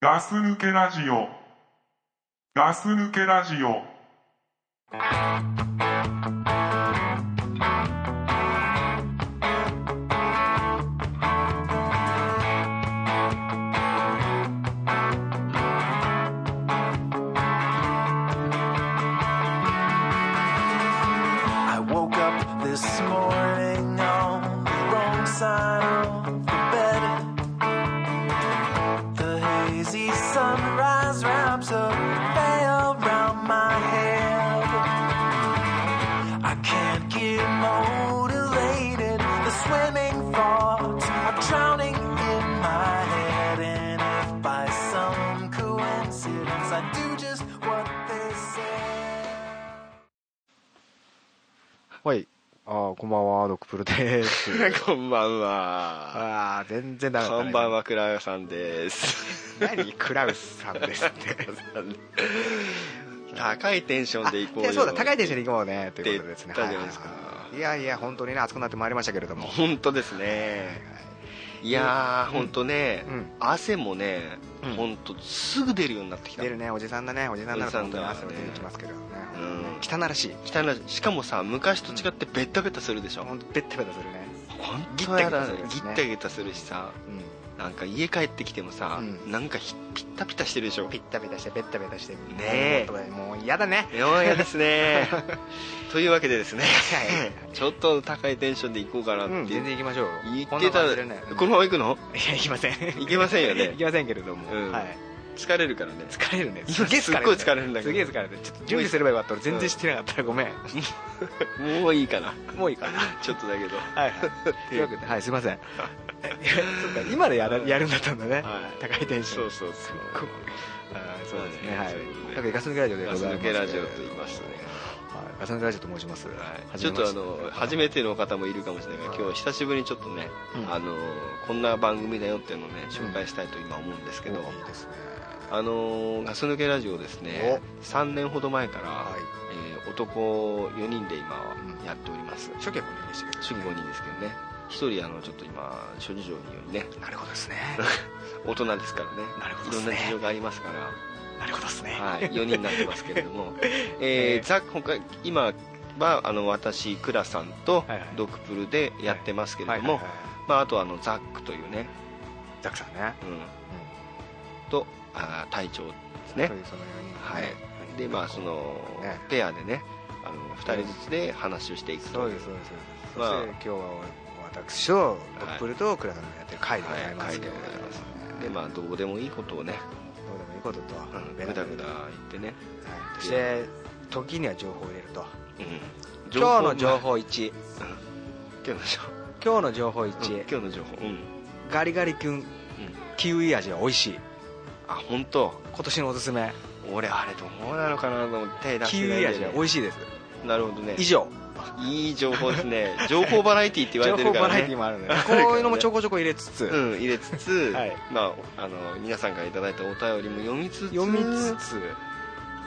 ガス抜けラジオ。ガス抜けラジオ。 I woke up this morning on the wrong side of the bed. The hazy sunrise wraps a veil round my head. I can't get motivated. The swimming thoughts are drowning in my head. And if by some coincidence I do just what they say. はい。ああ、こんばんは、ドクプルです。 こんばんあは。あ、全然ダメだ、こね。んばんは、クラウさんです。何クラウスさんですって。高いテンションで行こういやよ。そうだ、高いテンションンで行こうね、ということですね。って言ったじゃないですかははいはいいやいや、本当にね、暑くなってまいりましたけれ ども。本当ですね。いやー、本当ね、うん汗もねうん、本当すぐ出るようになってきた。出るね、おじさんだね、おじさんだなら本当に汗おが出じさんだねてきますけどね。うん汚らしい。汚いしかもさ昔と違ってベッタベタするでしょ、本当ベッタベタするね。本当やだねギギッッタタギタするしさうん。なんか家帰ってきてもさ、うんなんかひピッタピタしてるでしょピッタピタして、ベッタベタして。ねえもうもう嫌だね。ようやです ねというわけでですねはい。ちょっと高いテンションで行こうかなってうん、全然行きましょう。言こっんなてた感らじでねこのまま行くのいや、行きません。行けません よ行ねきませんけれども。うんはい。疲れるからね疲れるね今すげえ疲れる、ね、すっごい疲れるんだけどすげえ疲れるちょっと準備すればよかった俺全然してなかったらごめん、もういいかなもういいかな ち ょっとだけどはいはいというわけではいすいませんい やそっか 今でやらやるんだったんだね、はい高いテンシそョうンそうそうごいあーそうですねはいはいそういうことでだからガス抜けラジオでごガスざいま抜すけラジオと言いましたはね、いガス抜けラジオと申します、はい、はちじょめっましてとあの初めての方もいるかもしれないから今日久しぶりにちょっとね、うんあのこんな番組だよっていうのをね紹介したいと今思うんですけど、おいいですねあのガス抜けラジオですね3年ほど前から、はいえー男4人で今はうんやっております、初期は5人でしたけど主義5人ですけどね一人あのちょっと今諸事情によりねなるほどですね大人ですからねなるほどいでろすんねな事情がありますからなるほどですねはい、4人になってますけれども、 えーえーざ今回今はあの私クラさんとはいはいドクプルでやってますけれど はいもはいはいまああとあのザックというね、ザクさんね、うん、うんとあー隊長ですねというその4人はい4人でまあそのねペアでねあの2人ずつで話をしていくそとういでうすそうですそうです、まあそして今日は私とドップルとクラさんがやってる会でございまはいす会けでれごどもざいますねでまあどうでもいいことをねどうでもいいこととうんベラベぐだラぐだ言ってね、はいそして時には情報を入れるとうん、今日の情報1今日の情報今日の情報うん1今日の情報うん、うん、ガリガリ君キウイ味は美味しいあ本当。今年のおすすめ俺あれどうなのかなと思って手出しキてウないんイだよ味はね美味しいですなるほどね以上いい情報ですね情報バラエティって言わ情れてる報かバらラエティねもある のでこういうのもちょこちょこ入れつつうん入れつつ、はいまああの皆さんからいただいたお便りも読みつつ読みつつ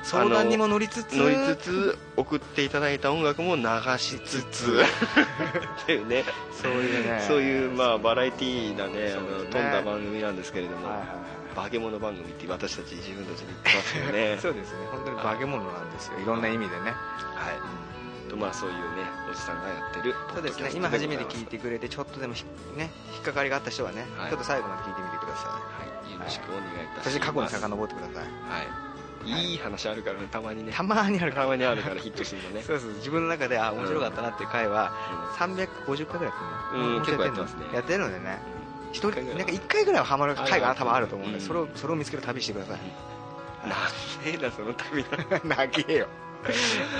相談にも乗りつつ乗りつつ送っていただいた音楽も流しつつ っていうねそういうねそういうまあバラエティーなねあそうですのね飛んだ番組なんですけれども、はいはいはい化け物番組って私たち自分たちで言ってますけどねそうですね本当に化け物なんですよいろんな意味でね、はいとまあそういうねおじさんがやってるそうですねポッ今ドキ初ャストござめいてます聞いてくれてちょっとでもひね引っかかりがあった人はね、はいちょっと最後まで聞いてみてくださはいよろしくお願いいいたしまそしすて過去に遡ってくださいはいいい話あるからねたまにねたまにあるかたらまにあるからヒットするのねそうそう自分の中であ面白かったなっていう回は350回ぐらいやってるのもうん結構ややっててっまますすねねやってるのでね一人一回ぐらいなんか1回ぐらいはハマる回が多分あると思うんで、うんそれをそれを見つける旅してくださいうんなんでだその旅の長えよ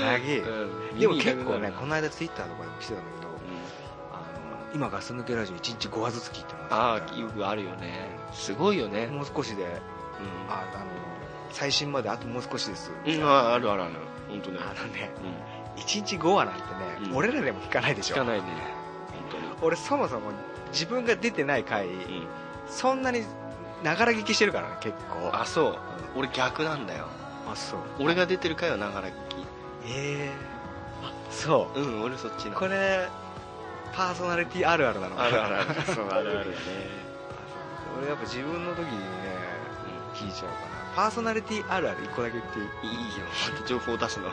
長えようんでも結構ね耳痛くなるこの間ツイッターとかでもしてたんだけどあの今ガス抜けラジオ1日5話ずつ聞いてますああよくあるよねすごいよねもう少しでうんああの最新まであともう少しです、うんああるあるある本当ねあのねうん1日5話なんてね、うん俺らでも聞かないでし聞ょかないね本俺そもそも自分が出てない回、当にうんそんなにながら聞きしてるからね結構あそう俺逆なんだよあそう俺が出てる回はながら聞ええあそきうん俺そっちうなこれパーソナリティあるあるなの あるあるあるそうあるあるよね俺やっぱ自分の時にねうん聞いちゃおうかなパーソナリティあるある1個だけ言っていいいいよまた情報を出すの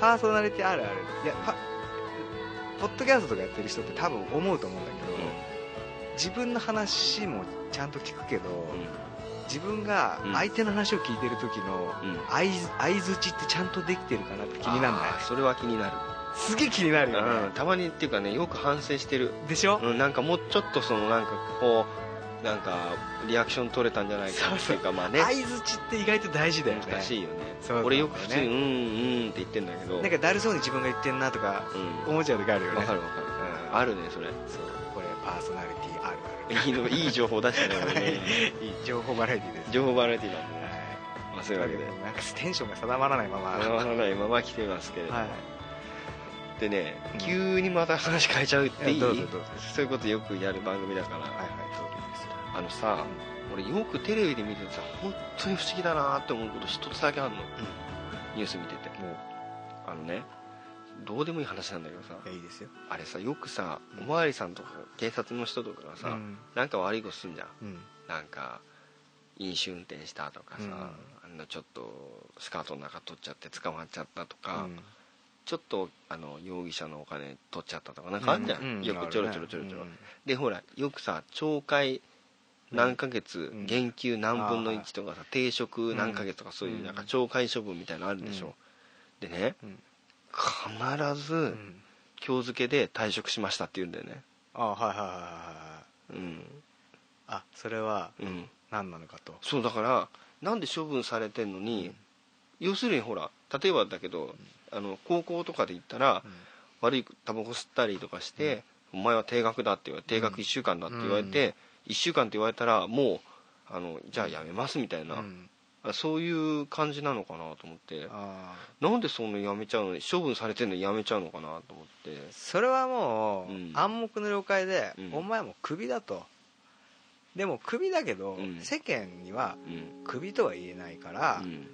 パーソナリティあるあるいやパポッドキャストとかやってる人って多分思うと思うんだけど、自分の話もちゃんと聞くけど、自分がうん相手の話を聞いてる時のうんうん相相づちってちゃんとできてるかなって気になんないあーそれは気になすげえ気になるる、よね、うん、たまにっていうかねよく反省してる、でしょ、うん、なんかもうちょっとそのなんかこうなんかリアクション取れたんじゃないかっていうかまあね相づちって意外と大事だよね難しいよねそうなんだよね俺よく普通に「うんうん」って言ってんだけどなんかだるそうに自分が言ってんなとかう思っちゃう時あるよんねわかるわかるうんあるねそれそうこれパーソナリティあるいいのいい情報出してるあのる、ね いい情報バラエティです情報バラエティなんはでいまあそういうわけでなんかテンションが定まらないままわからないまま来てますけれどはでねうん急にまた話変えちゃうっいていいどうぞどうぞそういうことよくやる番組だかはらいはいどうぞですあのさ俺よくテレビで見ててさ本当に不思議だなって思うこと一つだけあるのニュース見ててもあのねどうでもいい話なんだけどさういやいいですよあれさよくさうんおまわりさんとか警察の人とかがさ、うんなんか悪いことすんじゃんうんなんか飲酒運転したとかさ、うんあんなちょっとスカートの中取っちゃって捕まっちゃったとか、うんちょっとあの容疑者のお金取っちゃったとかなんかあんじゃん、うよくちょろちょろちょろちょろ、でほらよくさ懲戒うん何ヶ月、うん減給何分のあ1とかさ定職何ヶ月とかそういううんなんか懲戒処分みたいなのあるでしょ、でねうん必うずん今日付けで退職しましたって言うんだよねあはいはいはいはいはいうんあそれはうん何なのかとそうだからなんで処分されてんのに、要するにほら例えばだけど、あの高校とかで行ったら、うん悪いタバコ吸ったりとかして、お前は定額だって言われて定額1週間だって言われて、1週間って言われたらもうあのじゃあやめますみたいな、うんあそういう感じなのかなと思ってあなんでそんなやめちゃうのに処分されてんのにやめちゃうのかなと思ってーそれはもううん暗黙の了解でうんお前もクビだとでもクビだけどうん世間にはうんクビとは言えないからうん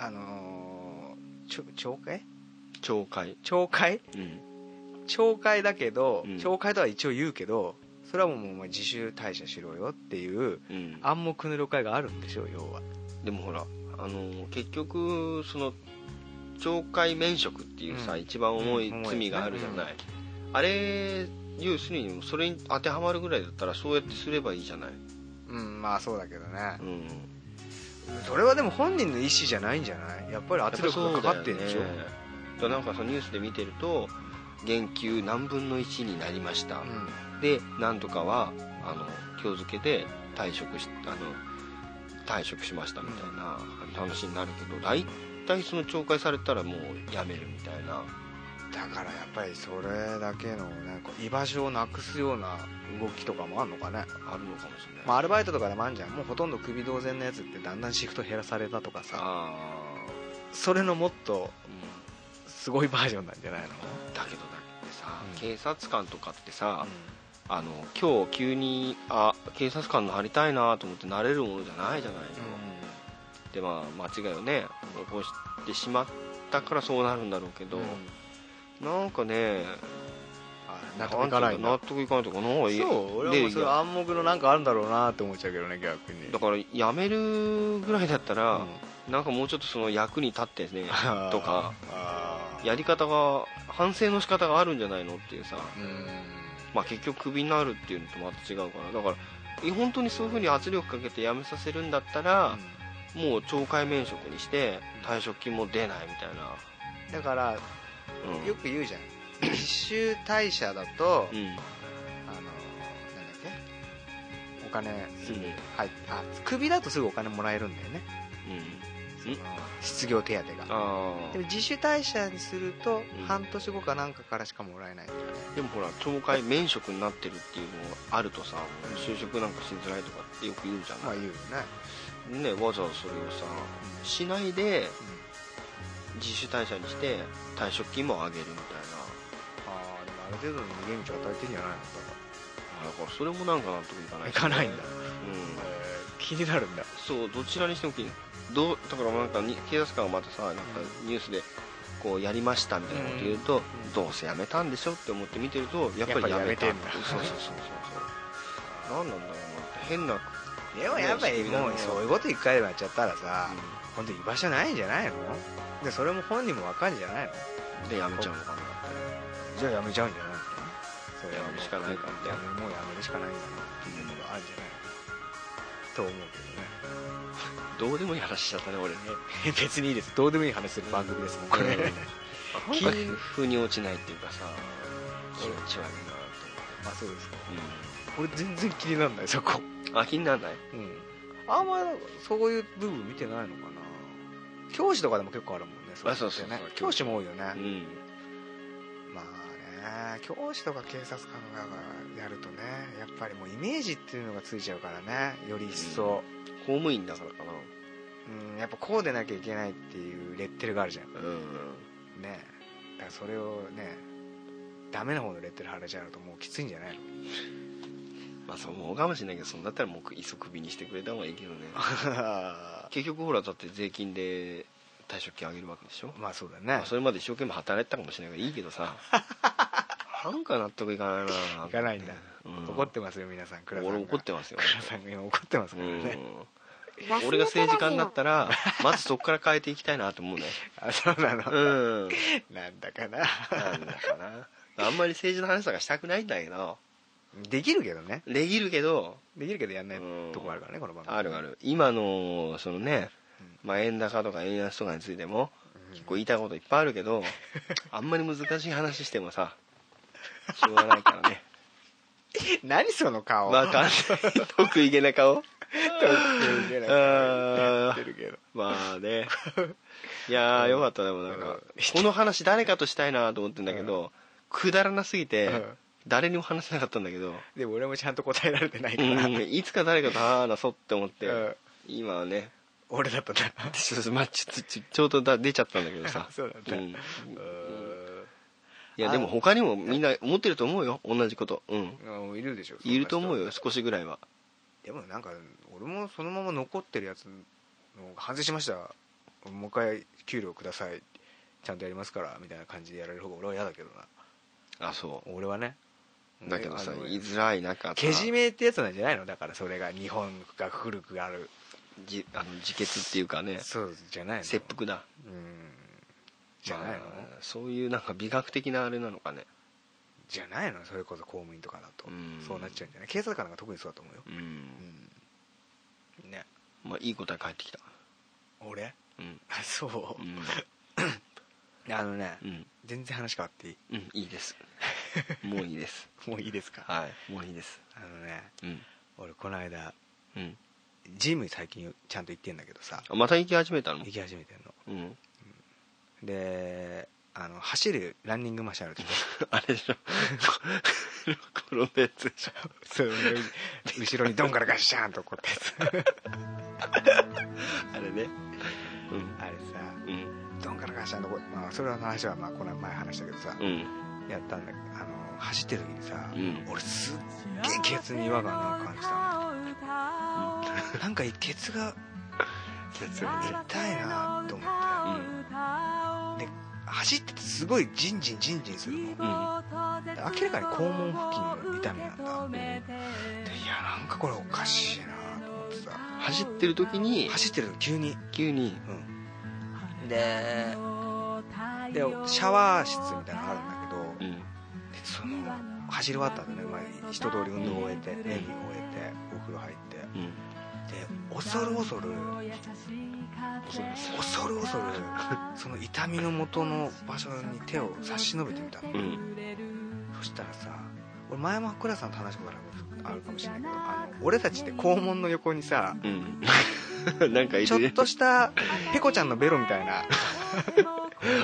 あのーちょ懲戒懲戒懲戒うん懲戒だけど、うん懲戒とは一応言うけどそれはもうお前自主退社しろよっていううん暗黙の了解があるんでしょ要はでもほらあの結局その懲戒免職っていうさ、うん一番重いうん重い罪があるじゃない、あれ要するにそれに当てはまるぐらいだったらそうやってすればいいじゃない、うんまあそうだけどねう、ん、それはでも本人の意思じゃないんじゃないやっぱり圧力がかかってるるんでしょ、だなんかそのニュースで見てると減給何分の1になりました、うんでなんとかはあの今日付けで退職しあの退職しましたみたいな話になるけど大体その懲戒されたらもう辞めるみたいなだからやっぱりそれだけのなんか居場所をなくすような動きとかもあるのかね、あるのかもしれない、まあ、アルバイトとかでもあるじゃんもうほとんどクビ同然のやつってだんだんシフト減らされたとかさあそれのもっとー、うんすごいバージョンなんじゃないの、だけどだってさ、うん警察官とかってさ、あの今日急にあ警察官になりたいなと思ってなれるものじゃないじゃないの、でまあ間違いをね起こしてしまったからそうなるんだろうけど、なんかねあ納得いかないんだ納得いかないとかなんかいいそう俺はもうそれで暗黙のなんかあるんだろうなって思っちゃうけどね逆にだからやめるぐらいだったら、うんなんかもうちょっとその役に立って ねとかあーやり方が反省の仕方があるんじゃないのっていうさ、うんまあ、結局クビになるっていうのとまた違うからだからい本当にそういうふうに圧力かけて辞めさせるんだったら、もう懲戒免職にしてうん退職金も出ないみたいな、だからうん、よく言うじゃん一周退社だとうんあのなんだっけお金すぐ入っあクビだとすぐお金もらえるんだよねうんその失業手当がああでも自主退社にするとん半年後かなんかからしかもらえないでもほら懲戒免職になってるっていうのがあるとさ就職なんかしづらいとかってよく言うじゃまあな言うよねい、ね、わざわざそれをさしないでうん自主退社にして退職金も上げるみたいああでもある程度の逃げ道を与えてんじゃないのなだからそれもなんか納得いかない、いかないんだうん気になるんだそうどちらにしても気にどうだからなんかに警察官はまたさなんかニュースでこうやりましたみたいなこと言うと、んどうせやめたんでしょって思って見てるとやっぱりやめたやっぱりやめてんだそうそうそうそうそう何なんだろうなって変なでもやっぱりね仕組みだももうんねそういうこと一回でもやっちゃったらさ、うん本当に居場所ないんじゃないのでそれも本人もわかるんじゃないのでやめちゃうのかなじゃあやめちゃうんじゃないのそれはやめるしかないかみたいやなめもうやめるしかないんだなっていうのがあるんじゃないと思うけどうでもいい話しちゃったね俺ねどね別にいいですどうでもいい話する番組ですもんこ れ、気風に落ちないっていうかさ気持ち悪いなあそうですかと思俺全然気にならないそこう、うん、あ気にならないうんあんまそういう部分見てないのかな教師とかでも結構あるもんねいのってねあそうそうそう教師も多いよね、うんまあね教師とか警察官がやるとねやっぱりもうイメージっていうのがついちゃうからねより一層、公務員だからかなうん、やっぱこうでなきゃいけないっていうレッテルがあるじゃんうんねだからそれをねダメな方のレッテル貼られちゃうともうきついんじゃないのまあそう思うかもしれないけどそんだったらもういっそクビにしてくれた方がいいけどねま結局ほらだって税金で退職金上げるわけでしょ、あそうだねまあそれまで一生懸命働いてたかもしれないからいいけど さなんか納得いかないないかないんだ、うん怒ってますよ皆さん倉さんが俺怒ってますよ倉さんが今怒ってますうからんね、俺が政治家になったらまずそこから変えていきたいなと思うねあそう なの、うんなんだかななんだかなあんまり政治の話とかしたくないんだけどできるけどねできるけどできるけどやんないとこあるからねこの番組あるある今のそのね、まあ、円高とか円安とかについても結構言いたいこといっぱいあるけど あんまり難しい話してもさしょうがないか らね何その顔わかんない得意げな顔得意 げな顔やってるけどまあ ねいやーよかったでもなんかこの話誰かとしたいなと思ってんだけどくだらなすぎてうん誰にも話せなかったんだけどでも俺もちゃんと答えられてないかうら、んいつか誰かと話そうって思ってうん今はね俺だったなちょっとまあちょっとちょちょうどだ出ちゃったんだけどさ そうだった、うんういやでも他にもみんな思ってると思うよ同じことうんーんいるでしょいると思うよよ少しぐらいはでもなんか俺もそのまま残ってるやつの反省しましたもう一回給料くださいちゃんとやりますからみたいな感じでやられる方が俺は嫌だけどなあそ俺はねうだけどさ俺は言いづらい中けじめってやつなんじゃないのだからそれが日本が古くあるじあの自決っていうかねそうじゃないの切腹だうんじゃないの、まあそういうなんか美学的なあれなのかねじゃないのそれこそ公務員とかだとうんそうなっちゃうんじゃない警察官なんか特にそうだと思うようんうんねまあいい答え返ってきた俺うんあそううんあのねうん全然話変わっていいうんいいです もういいですもういいですかはいもういいですあのねうん俺この間うんジム最近ちゃんと行ってんだけどさあまた行き始めたの行き始めてんのうんであの走るランニングマシンあるで しょあれでしょ転んだやつでしょそう後ろにドンからガッシャーンとこったやつあれねうんあれさうんドンからガッシャーンとこまあそれの話はまあこの前話したけどさうんやったんだけどあの走ってる時にさ、うん俺すっげえケツに違和感なんか感じたのなんかケツが絶痛いなと思っうんてで走っててすごいジンジンジンジンするのでうん明らかに肛門付近の痛みなんだでいやなんかこれおかしいなと思ってさ走ってる時に走ってると急に急にうんででシャワー室みたいなのあるんだけど、うんその走り終わった後ね、まあ、一通り運動を終えて演技を終えてお風呂入ってうんで恐る恐る恐る恐る その痛みの元の場所に手を差し伸べてみたの、うんそしたらさ俺前も倉さんと話したことあるかもしれないけどあの俺たちって肛門の横にさうん なんかいちょるっとしたペコちゃんのベロみたいな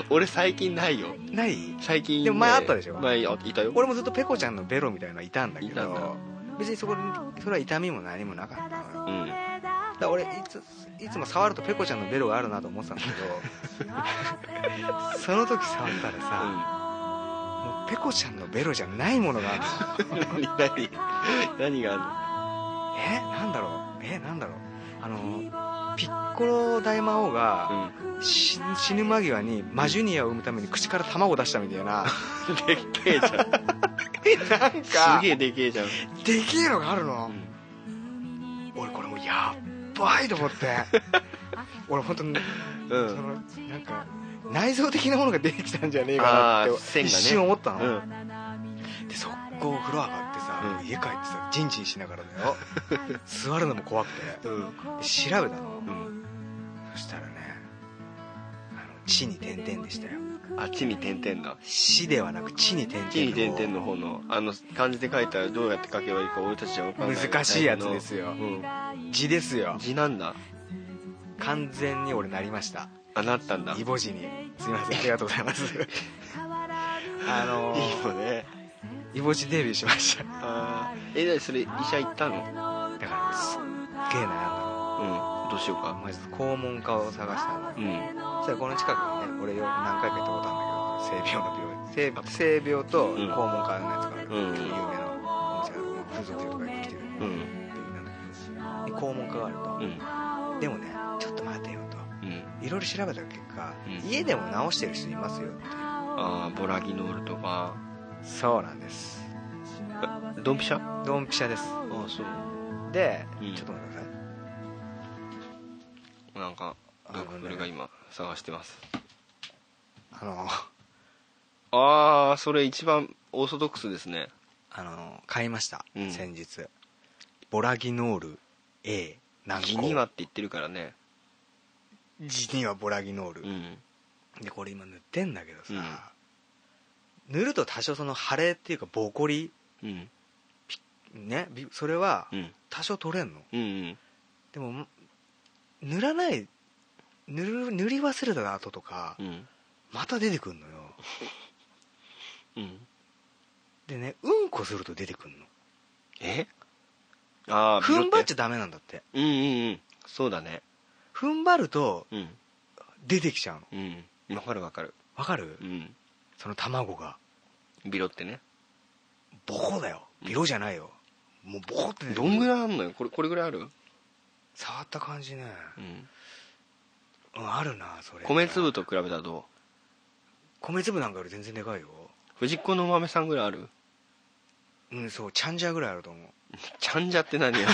俺最近ないよない最近ねでも前あったでしょ前あいたよ俺もずっとペコちゃんのベロみたいなのいたんだけいたんだど別にそこにそれは痛みも何もなかったのようんだから俺いついつも触るとペコちゃんのベロがあるなと思ってたんだけどその時触ったらうさ、んもうペコちゃんのベロじゃないものがある何何何がのえなんだろうえなんだろうあのピッコロ大魔王が、あるし死ぬ間際にマジュニアを産むために口から卵を出したみたい なのでっけえじゃんなんかすげえでけえじゃんでけえのがあるの、ん俺これもうややっばいと思って 俺本当に、うんそのなんか内臓的なものが出てきたんじゃねえかなあーって線がね一瞬思ったの、うんでそこ風呂上がってさ、うん家帰ってさジンジンしながらだ よ座るのも怖くて、うんで調べたのうんそしたらねあの地に点々でしたよあっちに点々だ死ではなく地に点々地に点の方々の方のあの漢字で書いたらどうやって書けばいいか俺たちじゃ分かんない難しいやつですうよん字ですよ字なんだ完全に俺なりましたあなったんだイボ字にすみませんありがとうございますあのいいよねイボ字デビューしましたあーえでそれ医者行ったのだからすっげえ悩んだうんどうしようのかまず肛門科を探したのうんそしたらこの近くにね俺よ何回か行ったことあるんだけど性病の病院性性病と肛門科のやつがある、うん有名なお店が風俗店とかに来てるうでんなんで肛門科があると、うんでもねちょっと待てよとうんいろいろ調べた結果、うん家でも治してる人いますよってああボラギノールとかそうなんですえドンピシャあドンピシャですあそうで、うんちょっと待ってくださいなんかあのね俺が今探してますあのああそれ一番オーソドックスですねあの買いました、うん先日ボラギノール A 何個ギニワって言ってるからねジニはボラギノール、うんでこれ今塗ってんだけどさ、塗ると多少その腫れっていうかボコリうんねびそれはうん多少取れんのうんうんでも塗らない塗る塗り忘れた後とかうんまた出てくんのようんでねうんこすると出てくんのえああ踏ん張っちゃゃダメなんだってうんうんうんそうだね踏ん張るとうん出てきちゃうのうんわかるわかるわかるうんその卵がビロってねボコだよビロじゃないよもうボコって出てくどるんぐらいあんのよこれこれぐらいある触った感じねうんうんあるなそれ米粒と比べたらど米粒なんかより全然でかいよう藤子のお豆さんぐらいあるうんそうチャンジャーぐらいあると思うちゃんじゃって何 よ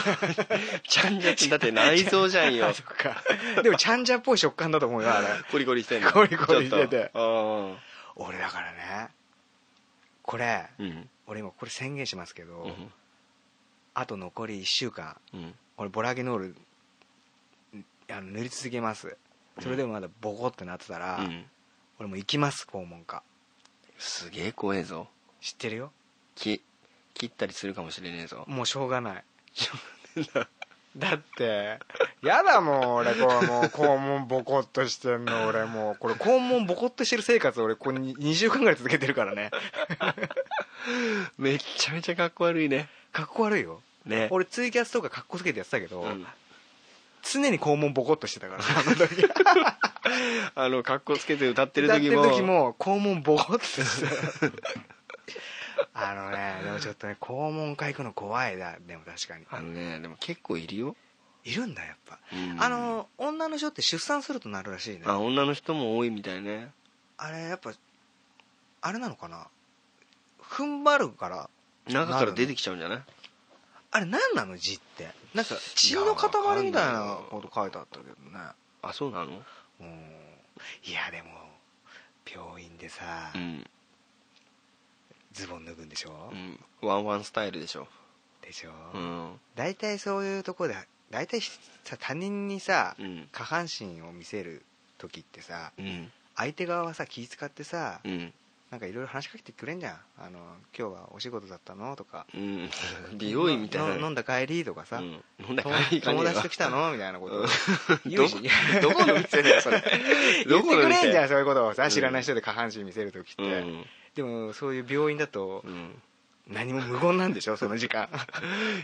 ちゃんじゃってだって内臓じゃんよ あそっか でもチャンジャーっぽい食感だと思うよあれコリコリしてんのコリコリしててちょっとあ俺だからねこれあうん俺今これ宣言しますけど、うんあと残り1週間うん俺ボラゲノールんあの塗り続けますそれでもまだボコってなってたら、うん俺もう行きます肛門科すげえ怖えぞ知ってるよき切ったりするかもしれねえぞもうしょうがない だってやだもう俺こう もう肛門ボコっとしてんの俺もうこれ肛門ボコっとしてる生活俺これに20週間ぐらい続けてるから ねめっちゃめちゃかっこ悪いねかっこ悪いよね俺ツイキャスとかかっこつけてやってたけど、うん常に肛門ボコっとしてた からあの時 あの格好つけて歌ってる歌って時もる時も肛門ボコってして たあのねでもちょっとね肛門科行くの怖いだでも確かにあのねでも結構いるよ、いるんだやっぱ、うんあの女の人って出産するとなるらしいねあ女の人も多いみたいねあれやっぱあれなのかな踏ん張るから中から出てきちゃうんじゃないあれ何なの字ってなんか血の塊みたいなこと書いてあったけどねあそうなのうんいやでも病院でさ、うん、ズボン脱ぐんでしょ、うん、ワンワンスタイルでしょでしょ、うん大体そういうとこで大体さ他人にさ、うん下半身を見せる時ってさうん相手側はさ気使ってさ、うんなんかいろいろ話しかけてくれんじゃんあの今日はお仕事だったのとかうん美容院みたいなの飲んだ帰りとかさ、うん、飲んだ友かいい感じ友だ達と来たのみたいなことをうん言うしどどこの店だよそれ 言どってこのく店れんじゃんそういうことをうさん知らない人で下半身見せる時って、うん、でもそういう病院だとうん、何も無言なんでしょその時 間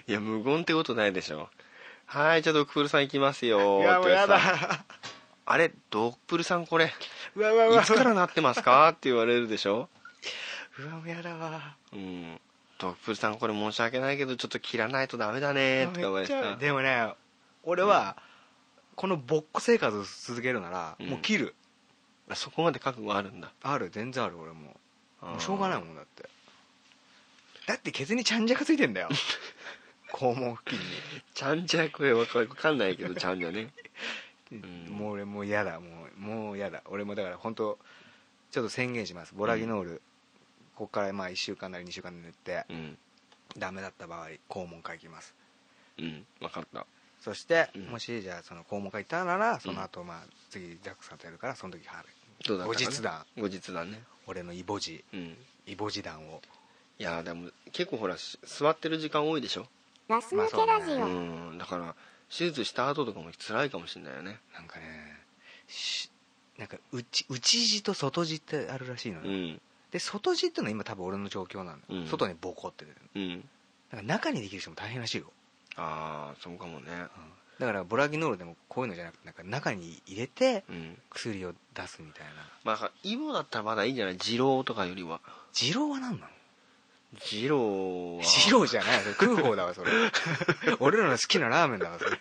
いや無言ってことないでしょはいじゃあドクプルさん行きますよいーやもうやって言われてさだあれドクプルさんこれいうわうわうわつからなってますかって言われるでしょうわもうやだわうんドクプルさんこれ申し訳ないけどちょっと切らないとダメだねーとか言われてめっちゃさでもね俺はこのぼっこ生活を続けるならうんもう切るあそこまで覚悟あるんだある全然ある俺もあー もうしょうがないもんだってだってケツにちゃんじゃがついてんだよ肛門付ちゃんじゃこれわかわかんないけどちゃんじゃね近に、うんもう俺もう嫌だもうもう嫌だ俺もだから本当ちょっと宣言しますボラギノール、ここからまあ1週間なり2週間で塗ってうんダメだった場合肛門科行きますうん分かったそして、うんもしじゃあその肛門科行ったならその後まあ次ザックさんとやるからその時はどうだったかね後日談後日談ね俺のイボ痔うんイボ痔弾をいやでも結構ほらし座ってる時間多いでしょガス抜けラジオ、うんだから手術した後とかも辛いかもしれないよねなんかねしなんか内内痔と外痔ってあるらしいのうね、んで外痔ってのは今多分俺の状況なんだ、うん外にボコって出てるうんだから中にできる人も大変らしいよ、ああそうかもねうんだからボラギノールでもこういうのじゃなくてなんか中に入れてうん薬を出すみたいなまあだからイボだったらまだいいんじゃない二郎とかよりは二郎は何なの二郎は二郎じゃないそれ食う方だわそれ 俺らの好きなラーメンだわそれ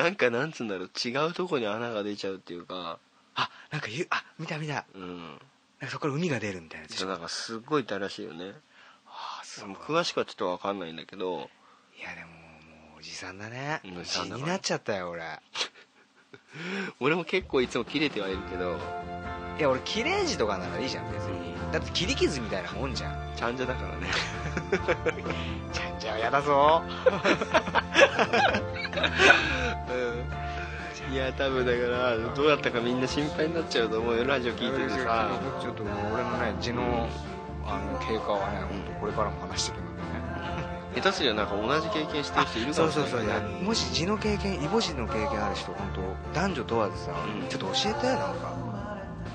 なんかなんつうんだろう違うとこに穴が出ちゃうっていうかあなんかゆあ見た見たうんなんかそこから海が出るみたいなやつでしそうょなんかすっごい痛いらしいよねあすごい詳しくはちょっとわかんないんだけどいやでももうおじさんだねうんおおじじさんだからになっちゃったよ俺俺も結構いつも切れてはいるけどいや俺切れ字とかならいいじゃん別にだって切り傷みたいなもんじゃんちゃんじゃだ からねちゃんじゃはやだぞいや多分だからどうだったかみんな心配になっちゃうと思うよラジオ聞いててさちょっともう俺のね字のあの経過はね本当これからも話してくるんでね下手すりゃなんか同じ経験してる人いるかそもうしれそうないそういやもし字の経験イボ痔の経験ある人本当男女問わずさ、うんちょっと教えてなんか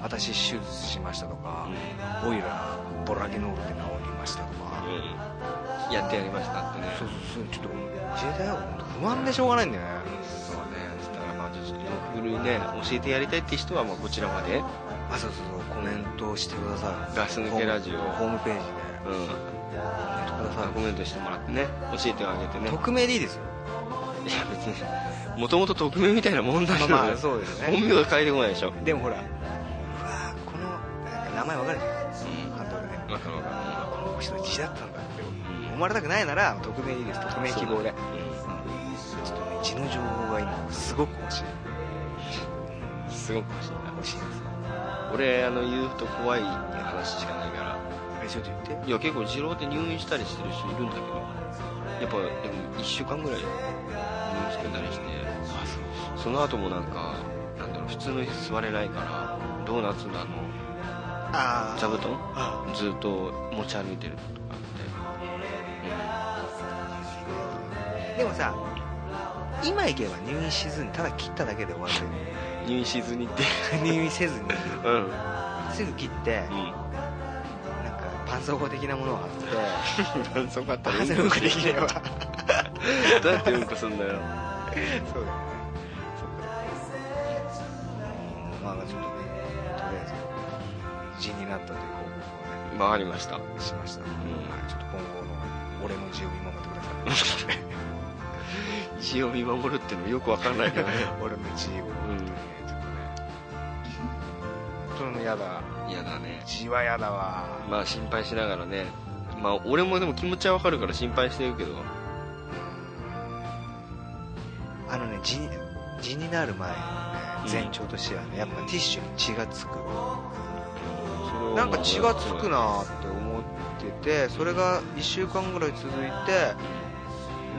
私手術しましたとか、オイラボラゲノールで治りましたとか、うんやってやりましたってねそうそうそうちょっと教えてよ本当不安でしょうがないんだよねそうねだからまあちょっとゆるゆるね教えてやりたいって人はまあこちらまであそうそうそうコメントをしてくださいガス抜けラジオホームホームページでうんコメントくださコメントしてもらってね教えてあげていね匿名でいいですよいや別にもともと匿名みたいなもんだけど、ねそうです本名が書いてこないでしょ、でもほらうわーこのなんか名前わかるじゃんハンドルでわかるわあかこの人字だったんだってうん思われたくないなら匿名でいいです匿名る希望で、うちょっとね字の情報が今すごく欲しいんすごく欲しいな欲しいです俺あの言うと怖い話しかないからえちょっと言っていや結構二郎って入院したりしてる人いるんだけどやっぱでも1週間ぐらい入院してたりしてその後もなんかなんだろう普通の椅子座れないからドーナツのあのあ座布団あずっと持ち歩いてるとかあでもさ今行けば入院しずにただ切っただけで終わって、うん入院しずにってる入院せずにうんうんすぐ切ってなんか絆創膏的なものを貼って何そかった絆創 膏できればどうやってうんこすんだそうよだよねそっかまあまあちょっとねとりあえず字になったという報告をわかりましたねしました、んはいちょっと今後の俺の字を見守ってください血を見守るってのよくわかんな いけどね俺の字を本当にねちょっとね本当のやだ嫌だね字はやだわまあ心配しながらねまあ俺もでも気持ちはわかるから心配してるけどあのね字に字になる前のねうん前兆としてはねやっぱティッシュに血がつくななんか血がつくなって思っててそれが1週間ぐらい続いて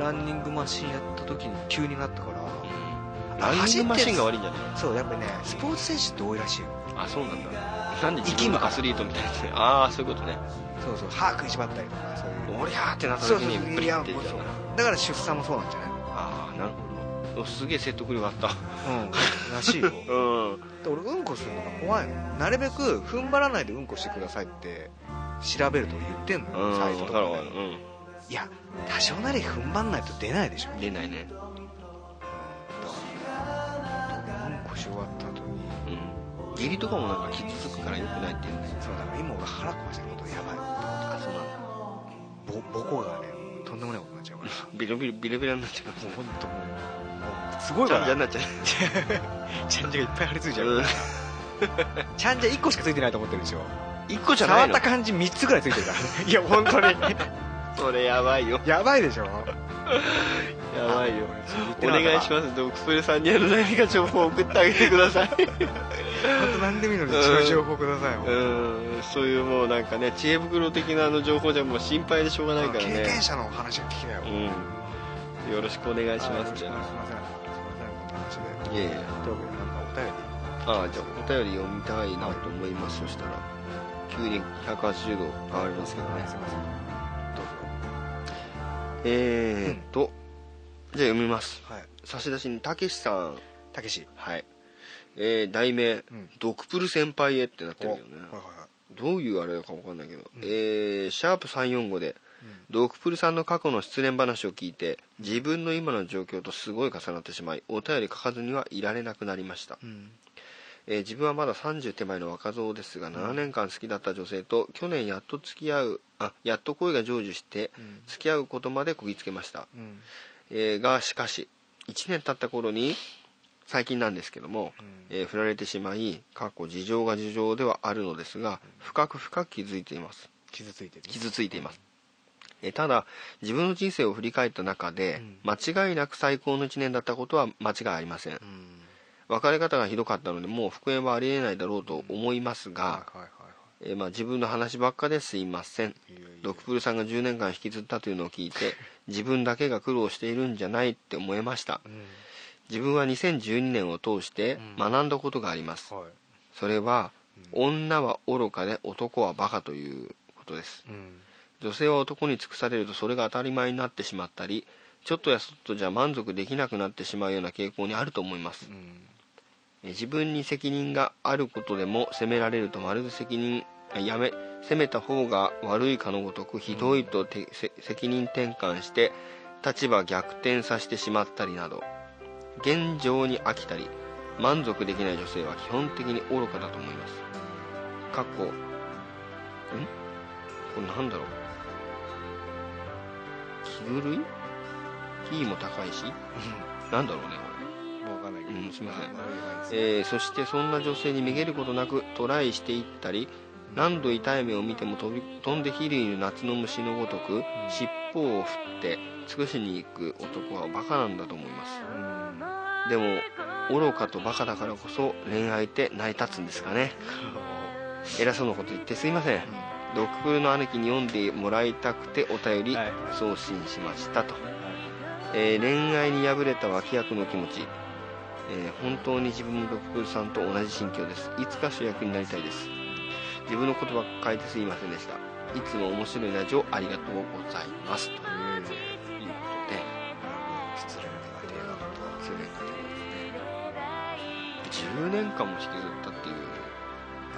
ランニングマシンやった時に急になったからランニングマシンが悪いんじゃないそうやっぱねスポーツ選手って多いらしいよあそうなんだなんで自分がアスリートみたいなやつねああそういうことねそうそう歯食いしばったりとかそういうおりゃーってなった時そうそうそにうブリッていいっやちゃうもうからだから出産もそうなんじゃないああなるほどおすげえ説得力あったうんらしいようんで俺うんこするのが怖いのなるべく踏ん張らないでうんこしてくださいって調べると言ってんのよ、うんサイト分とかかるで分かるういや多少なり踏ん張んないと出ないでしょん出ないねうんこし終わった後にうん下痢とかもなんか傷つくからよくないって言うんですよそうだから今俺腹壊してることやばいあそうなんだぼ母校がねとんでもないことになっちゃうからビロビロビロビロになっちゃうもう本当もうもうすごいちかゃんらじゃにちなっちゃうゃんじゃがいっぱい張り付いちゃううん ちゃんじゃ1個しかついてないと思っってるでしょ一個じゃな触いっのた感じ3つぐらいついてるからねいや本当にそれやばいよ やばいでしょやばいよおお願願いいししますドクプレさんにある何か情報を送ってあげてください本当何でもいいので一応情報くださいもうう、んそういうもうなんかね知恵袋的なあの情報じゃもう心配でしょうがないから経ね験者のお話が聞きなよ、うんよろしくお願いしまあよろしくお願いしすねますすいませんこんな話でいやいやというわけでなんかお便りああじゃあお便り読みたいなと思いますそしたら急に180度変わりますけどねすいませんどうぞえー、っと、じゃあ読みますはい差出人たけしさんたけしはいえー、題名、うんドクプル先輩へ」ってなっておるはいけどねはいはいどういうあれか分かんないけど、うんえーシャープ345で、ドクプルさんの過去の失恋話を聞いて自分の今の状況とすごい重なってしまいお便り書かずにはいられなくなりました、うんえー自分はまだ30手前の若造ですが7年間好きだった女性と去年やっと付き合うあやっと恋が成就してうん付き合うことまでこぎつけました、うんえーがしかし1年経った頃に最近なんですけども、うんえー振られてしまい過去事情が事情ではあるのですが深く深く気づいています傷ついてる傷ついています、えーただ自分の人生を振り返った中で、間違いなく最高の1年だったことは間違いありませんうん別れ方がひどかったのでもう復縁はありえないだろうと思いますはが、いはいはえーまあ、自分の話ばっかですいませんいはいいいよいいよドクプルさんが10年間引きずったというのを聞いて自分だけが苦労しているんじゃないって思いましたうん自分は2012年を通してうん学んだことがあります、はいそれは女は愚かで男はバカということですうん女性は男に尽くされるとそれが当たり前になってしまったりちょっとやそっとじゃ満足できなくなってしまうような傾向にあると思いますうんえ自分に責任があることでも責められるとまるで責任あやめ責めた方が悪いかのごとくひどいとてせ責任転換して立場逆転させてしまったりなど現状に飽きたり満足できない女性は基本的に愚かだと思いますかっこんこれなんだろう気狂いキーも高いし なんだろうねこれもうわかんないけどうんすいませんあああえーそしてそんな女性にめげることなくトライしていったり何度痛い目を見ても飛び飛んで火るいる夏の虫のごとく尻尾を振って尽くしに行く男はバカなんだと思いますうんでも愚かとバカだからこそ恋愛って成り立つんですかね偉そうなこと言ってすいませんドクプルの姉貴に読んでもらいたくてお便りはい送信しましたと、えー恋愛に敗れた脇役の気持ち、えー本当に自分もドクプルさんと同じ心境ですいつか主役になりたいです自分の言葉変えてすいませんでしたいつも面白いラジオありがとうございますということで失礼なテーマだと失礼なところですね10年間も引きずったっていう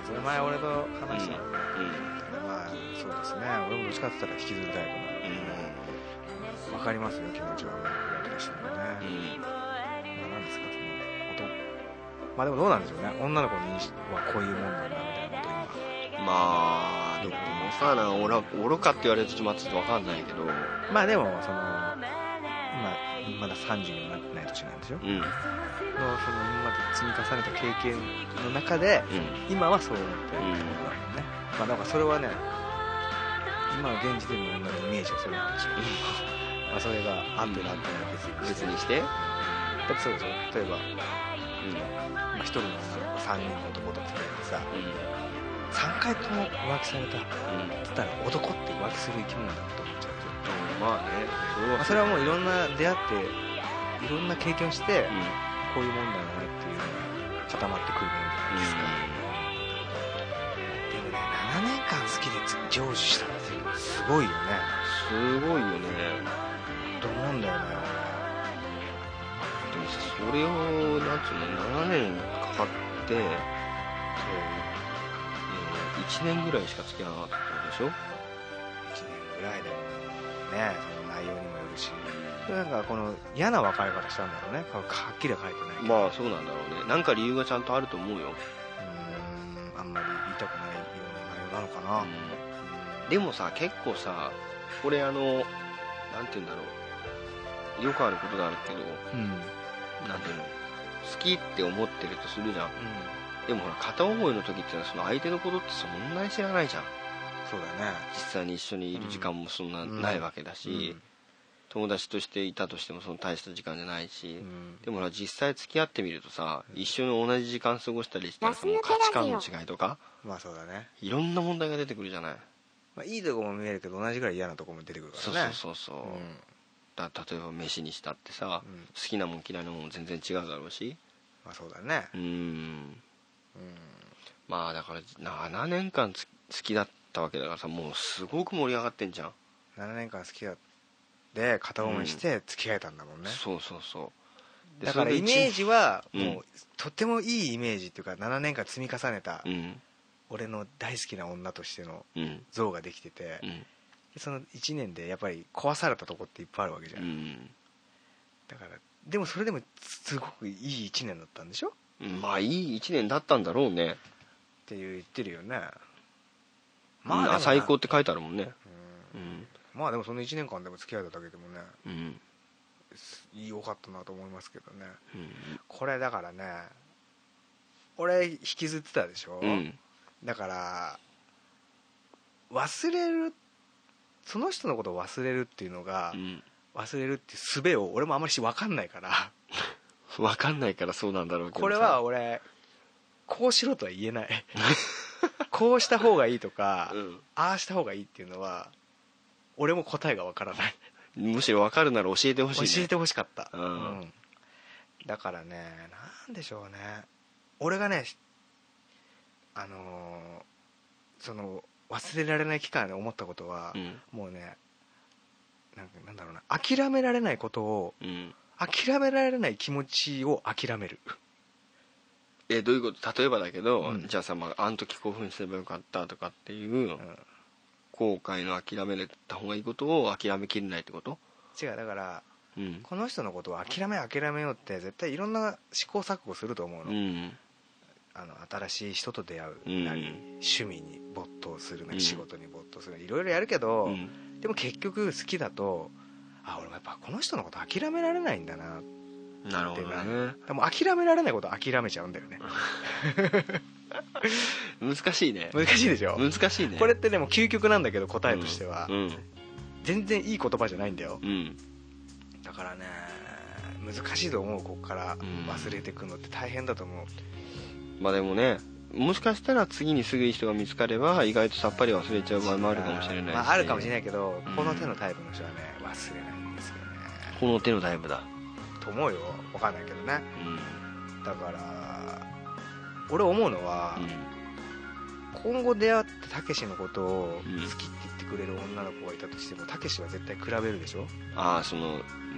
それ前俺と話したのねうんうんまあそうですね俺もどっちかって言ったら引きずるタイプなのでねわかりますよ気持ちはね私もねうんうんまあなんですかその音まあでもどうなんでしょうね女の子にはこういうもんなんだみたいなことまあでもさなおら愚かって言われるとちょっとまあちょっとわかんないけどうん今まあでもその今まだ30にもなってない年なんですよのうんその今まで積み重ねた経験の中で今はそう思ってるってことだもんね、まあなんかそれはね今の現時点の女のイメージはそれなんでしょう、まあそれが合ってる合ってない別に別にしてだってそうでしょ例えば、うんまあ、1人の女の子3人の男と付き合ってさうん3回とも浮気されたってうん言ったら男って浮気する生き物だと思っちゃうと、まあねそれまあ、それははもういろんな出会っていろんな経験をしてうんこういうもんだよねっていうのが固まってくるもんじゃないですか、でもね7年間好きでつ成就したってすごいよねすごいよねと思うんだよねでもさそれをなんつうの7年かかって、え1年ぐらいしか付き合わなかったでしょ俺1年ぐらいでもねその内容にもよるしなんかこの嫌な別れ方したんだろうねはっきりは書いてないけど、まあそうなんだろうねなんか理由がちゃんとあると思ううよ、ーんあんまり言いたくないような内容なのかな、でもさ結構さこれあのなんて言うんだろうよくあることなんだけどうんうんなんていうの好きって思ってるとするじゃんでもほら片思いの時ってのはその相手のことってそんなに知らないじゃんそうだね実際に一緒にいる時間もそんなないわけだし、友達としていたとしてもその大した時間じゃないし、うんでもほら実際付き合ってみるとさ、一緒に同じ時間過ごしたりしたらガそス抜けのラジオ価値観の違いとかまあそうだね、いろんな問題が出てくるじゃない、まあ、いいとこも見えるけど同じぐらい嫌なとこも出てくるからねそうそうそうそう、うんだ例えば飯にしたってさ、うん好きなもん嫌いなもん全然違うだろうしまあそうだねうーんうんまあだから7年間つ好きだったわけだからさもうすごく盛り上がってんじゃん、 7年間好きだで片思いして付き合えたんだもんね、そうそうそうでだからそれイで一メージはうんもうとってもいいイメージっていうか7年間積み重ねたうん俺の大好きな女としてのうん像ができててうんその1年でやっぱり壊されたとこっていっぱいあるわけじゃうんんだからでもそれでもすごくいい1年だったんでしょっうんまあいい1年だったんだろうねていう言ってるよねまあ、でもな最高って書いてあるもんねううんんまあでもその1年間でも付き合えただけでもねうん、良かったなと思いますけどねうんこれだからね俺引きずってたでしょ、うんだから忘れるその人のことを忘れるっていうのが、うん忘れるっていう術を俺もあんまりし分かんないから分かんないからそうなんだろうけどさこれは俺こうしろとは言えない こうした方がいいとか、うんああした方がいいっていうのは俺も答えが分からないむしろ分かるなら教えてほしい、教ね、えてほしかった、うんうんだからねなんでしょうね俺がねあのーその忘れられない期間で思ったことはう、んもうねなんかなんだろうな諦められないことをうん諦められない気持ちを諦めるえどういうこと例えばだけど、うんじゃあさ、まあ、あの時興奮すればよかったとかっていう、後悔の諦めた方がいいことを諦めきれないってこと違うだからうんこの人のことを諦め諦めようって絶対いろんな試行錯誤すると思ううの,、んあの新しい人と出会うんうなり、趣味に没頭するなり、うん仕事に没頭するなりいろいろやるけど、うんでも結局好きだとあ俺もやっぱこの人のこと諦められないんだななるほどねでも諦められないこと諦めちゃうんだよね難しいね難しいでしょ、難しいねこれってでも究極なんだけど答えとしては、うん全然いい言葉じゃないんだようんだからね難しいと思うここからん忘れてくのって大変だと思うまあでもねもしかしたら次にすぐいい人が見つかれば意外とさっぱり忘れちゃう場合もあるかもしれないし、まあ、あるかもしれないないけどこの手のタイプの人はね忘れないんですよねこの手のタイプだと思うよ分かんないけどねうだから俺思うのは、ん今後出会ったたけしのことを好うんきって言ってくれる女の子がいたとしてもたけしは絶対比べるでしょああその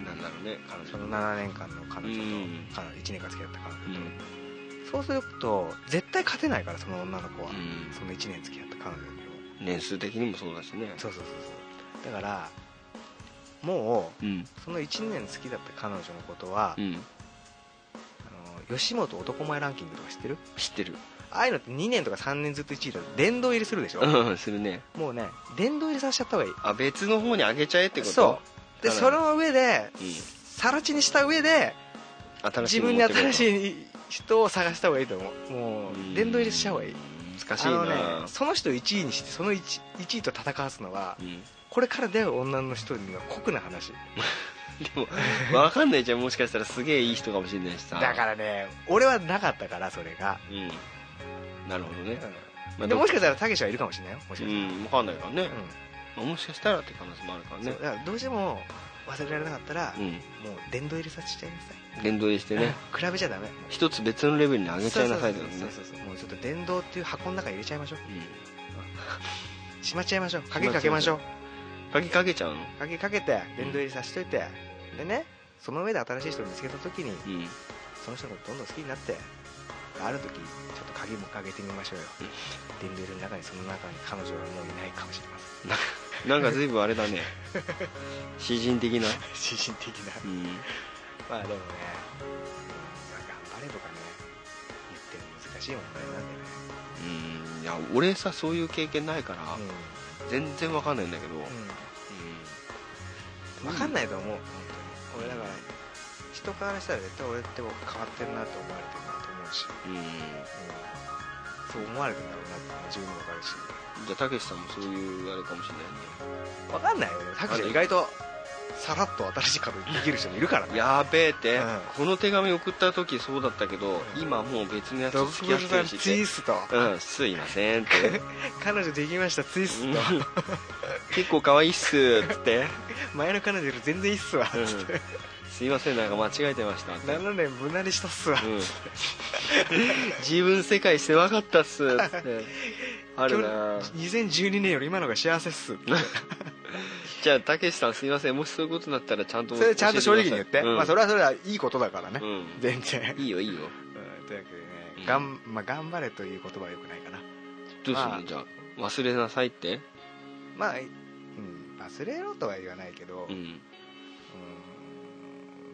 なんだろうね彼そ女の7年間の彼女と、うん彼女1年間付き合った彼う女んと、そうすると絶対勝てないからその女の子は、うんその1年付き合った彼女には年数的にもそうだしねそうそうそうそうだからもうんうその1年好きだった彼女のことは、うんあの吉本男前ランキングとか知ってる知ってるああいうのって2年とか3年ずっと1位だと殿堂入りするでしょうんするねもうね殿堂入りさせちゃった方がいいあ別の方にあげちゃえってことそうでただその上でうんさら地にした上で新自しいの分に持ってこう新しい人を探した方がいいと思うもうんう殿堂入りした方がいい難しいあのなねその人を1位にしてその 1, 1位と戦わすのはうんこれから出会う女の人には酷な話でも分かんないじゃんもしかしたらすげえいい人かもしれないしさだからね俺はなかったからそれが、うんなるほどね、うまあん、でもしかしどたらたけしはいるかもしれないよもしうかしたら、ん分かんないからね、うんまあもしかしたらって可能性もあるからそねうだからどうしても忘れられなかったら、うもんう殿堂入りさせちゃいなさい、連動してね比べちゃダメもう一つ別のレベルに上げちゃいなさいだよねそうそうそうそうもうちょっと電動っていう箱の中に入れちゃいましょううしまっちゃいましょう鍵かけましょうん鍵かけちゃうの鍵かけて電動入りさせといて、でねその上で新しい人を見つけた時にうんその人のことどんどん好きになってある時ちょっと鍵もかけてみましょうよ、電動入りの中にその中に彼女はもういないかもしれませなんか随分あれ だね詩人的な、ん精神的なうん、まあでもね、まあ、頑張れとかね言っても難しい問題なんでね、うんいや俺さそういう経験ないから、全然わかんないんだけど、うんうん分かんないと思う、本当に俺だから人からしたら絶対俺って変わってるなって思われてるなと思うし、うんうんそう思われてんだろうなって自分でも分かるしじゃあたけしさんもそういうあれかもしれないね分かんないよねタクシーは意外とさらっと新しい株できる人もいるからねやべえって、うんこの手紙送った時そうだったけど、今もう別のやつドとブ付クき合ブルってさるんしツっイてストうんすいませんって彼女できましたツイスト結構可愛いっすっつって、前の彼女より全然いいっすわうんすいませんなんか間違えてましたって、うん、 7年無なりしたっすわ 自分世界狭かったっすっつってあるな2012年より今のが幸せっすじゃあたけしさんすいませんもしそういうことになったらちゃんと それちゃんと正直に言って教えくださいうんまあそれはそれはいいことだからねうん全然いいよいいようんというわけでうんねがんまあ頑張れという言葉はよくないかなどうするまあのじゃあ忘れなさいってまあうん忘れろとは言わないけどううんん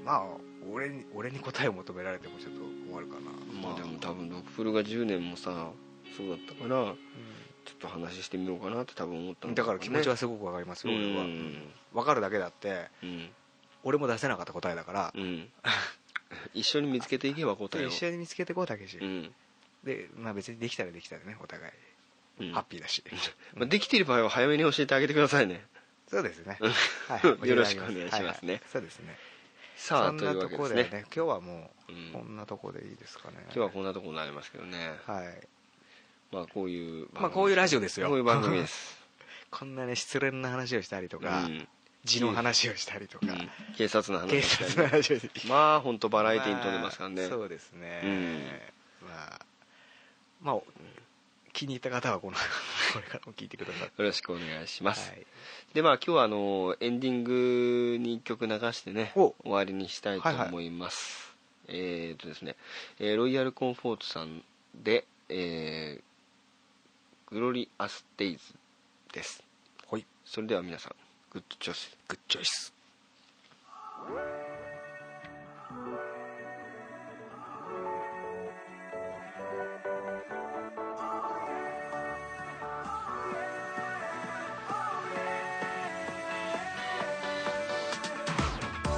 まあ俺に俺に答えを求められてもちょっと困るかなまあでも多分ドクプルが10年もさそうだったからちょっと話してみようかなって多分思ったうんんだだろからうね気持ちはすごくわかりますうよん俺は分かるだけだってうん俺も出せなかった答えだからうん 一緒に見つけていけば答えを一緒に見つけてこうたけしうんでまあ別にできたらできたでねお互いうんハッピーだしまあできている場合は早めに教えてあげてくださいねそうですねうんはい よろしくお願いしますねははそうですねさそあんといなうわとけでこすでねね今日はもううんこんなとこでいいですかね今日はこんなとこになりますけどねはいまあこういう番組まあこういうラジオですよこういう番組です こんなね失恋の話をしたりとうかん字の話をしたりとうかん警察の話 警ですね察の話をしたりまあ本当バラエティーに富んでますからねまあそうですねまあまあ気に入った方はこのこれからも聞いてくださいよろしくお願いします、はいでまあ今日はあのエンディングに1曲流してね終おわりにしたいとはいはい思います、えー、っとですね、えーロイヤルコンフォートさんで、えーグロリアスデイズですほいそれでは皆さんグッドチョイスグッチョイス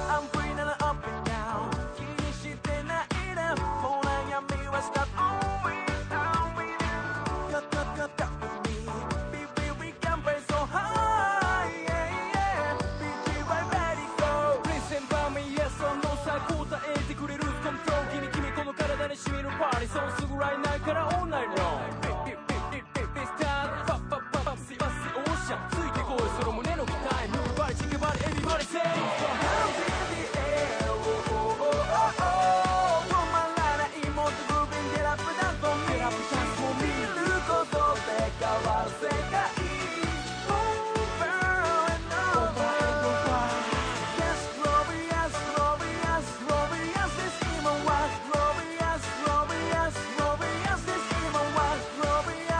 アンプリならオープンダウン気にしてないでほら闇はスタッフ Oh we do, oh we do よっとっとっと We, we, we can play so high Yeah, yeah BGY ready go Listen by me, yes or no さあ答えてくれる感動気に君この体に染みるパーリソンすぐライナーから All night long ビビビビビビスターパッパッパッパッシバシオーシャンついてこいその胸の期待 Move body, shake your body, everybody say Hands in the air oh, oh, oh, oh, oh 止まらないもっと moving Get up and down for me Get up and dance for me 見ることで変わる世界 Over and over Yes, glorious, glorious, glorious This human world Glorious, glorious, glorious This human world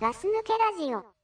ガス抜けラジオ